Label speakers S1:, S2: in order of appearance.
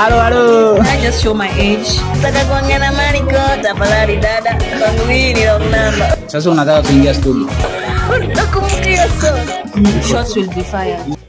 S1: Halo, halo.
S2: I just show my age.
S3: Nataka kuongea na Mariko, tafadhali dada, kwangu hii ni wrong number.
S1: Sasa unataka kuingia studio.
S3: Nakumbukia sana.
S2: Shots will be fired.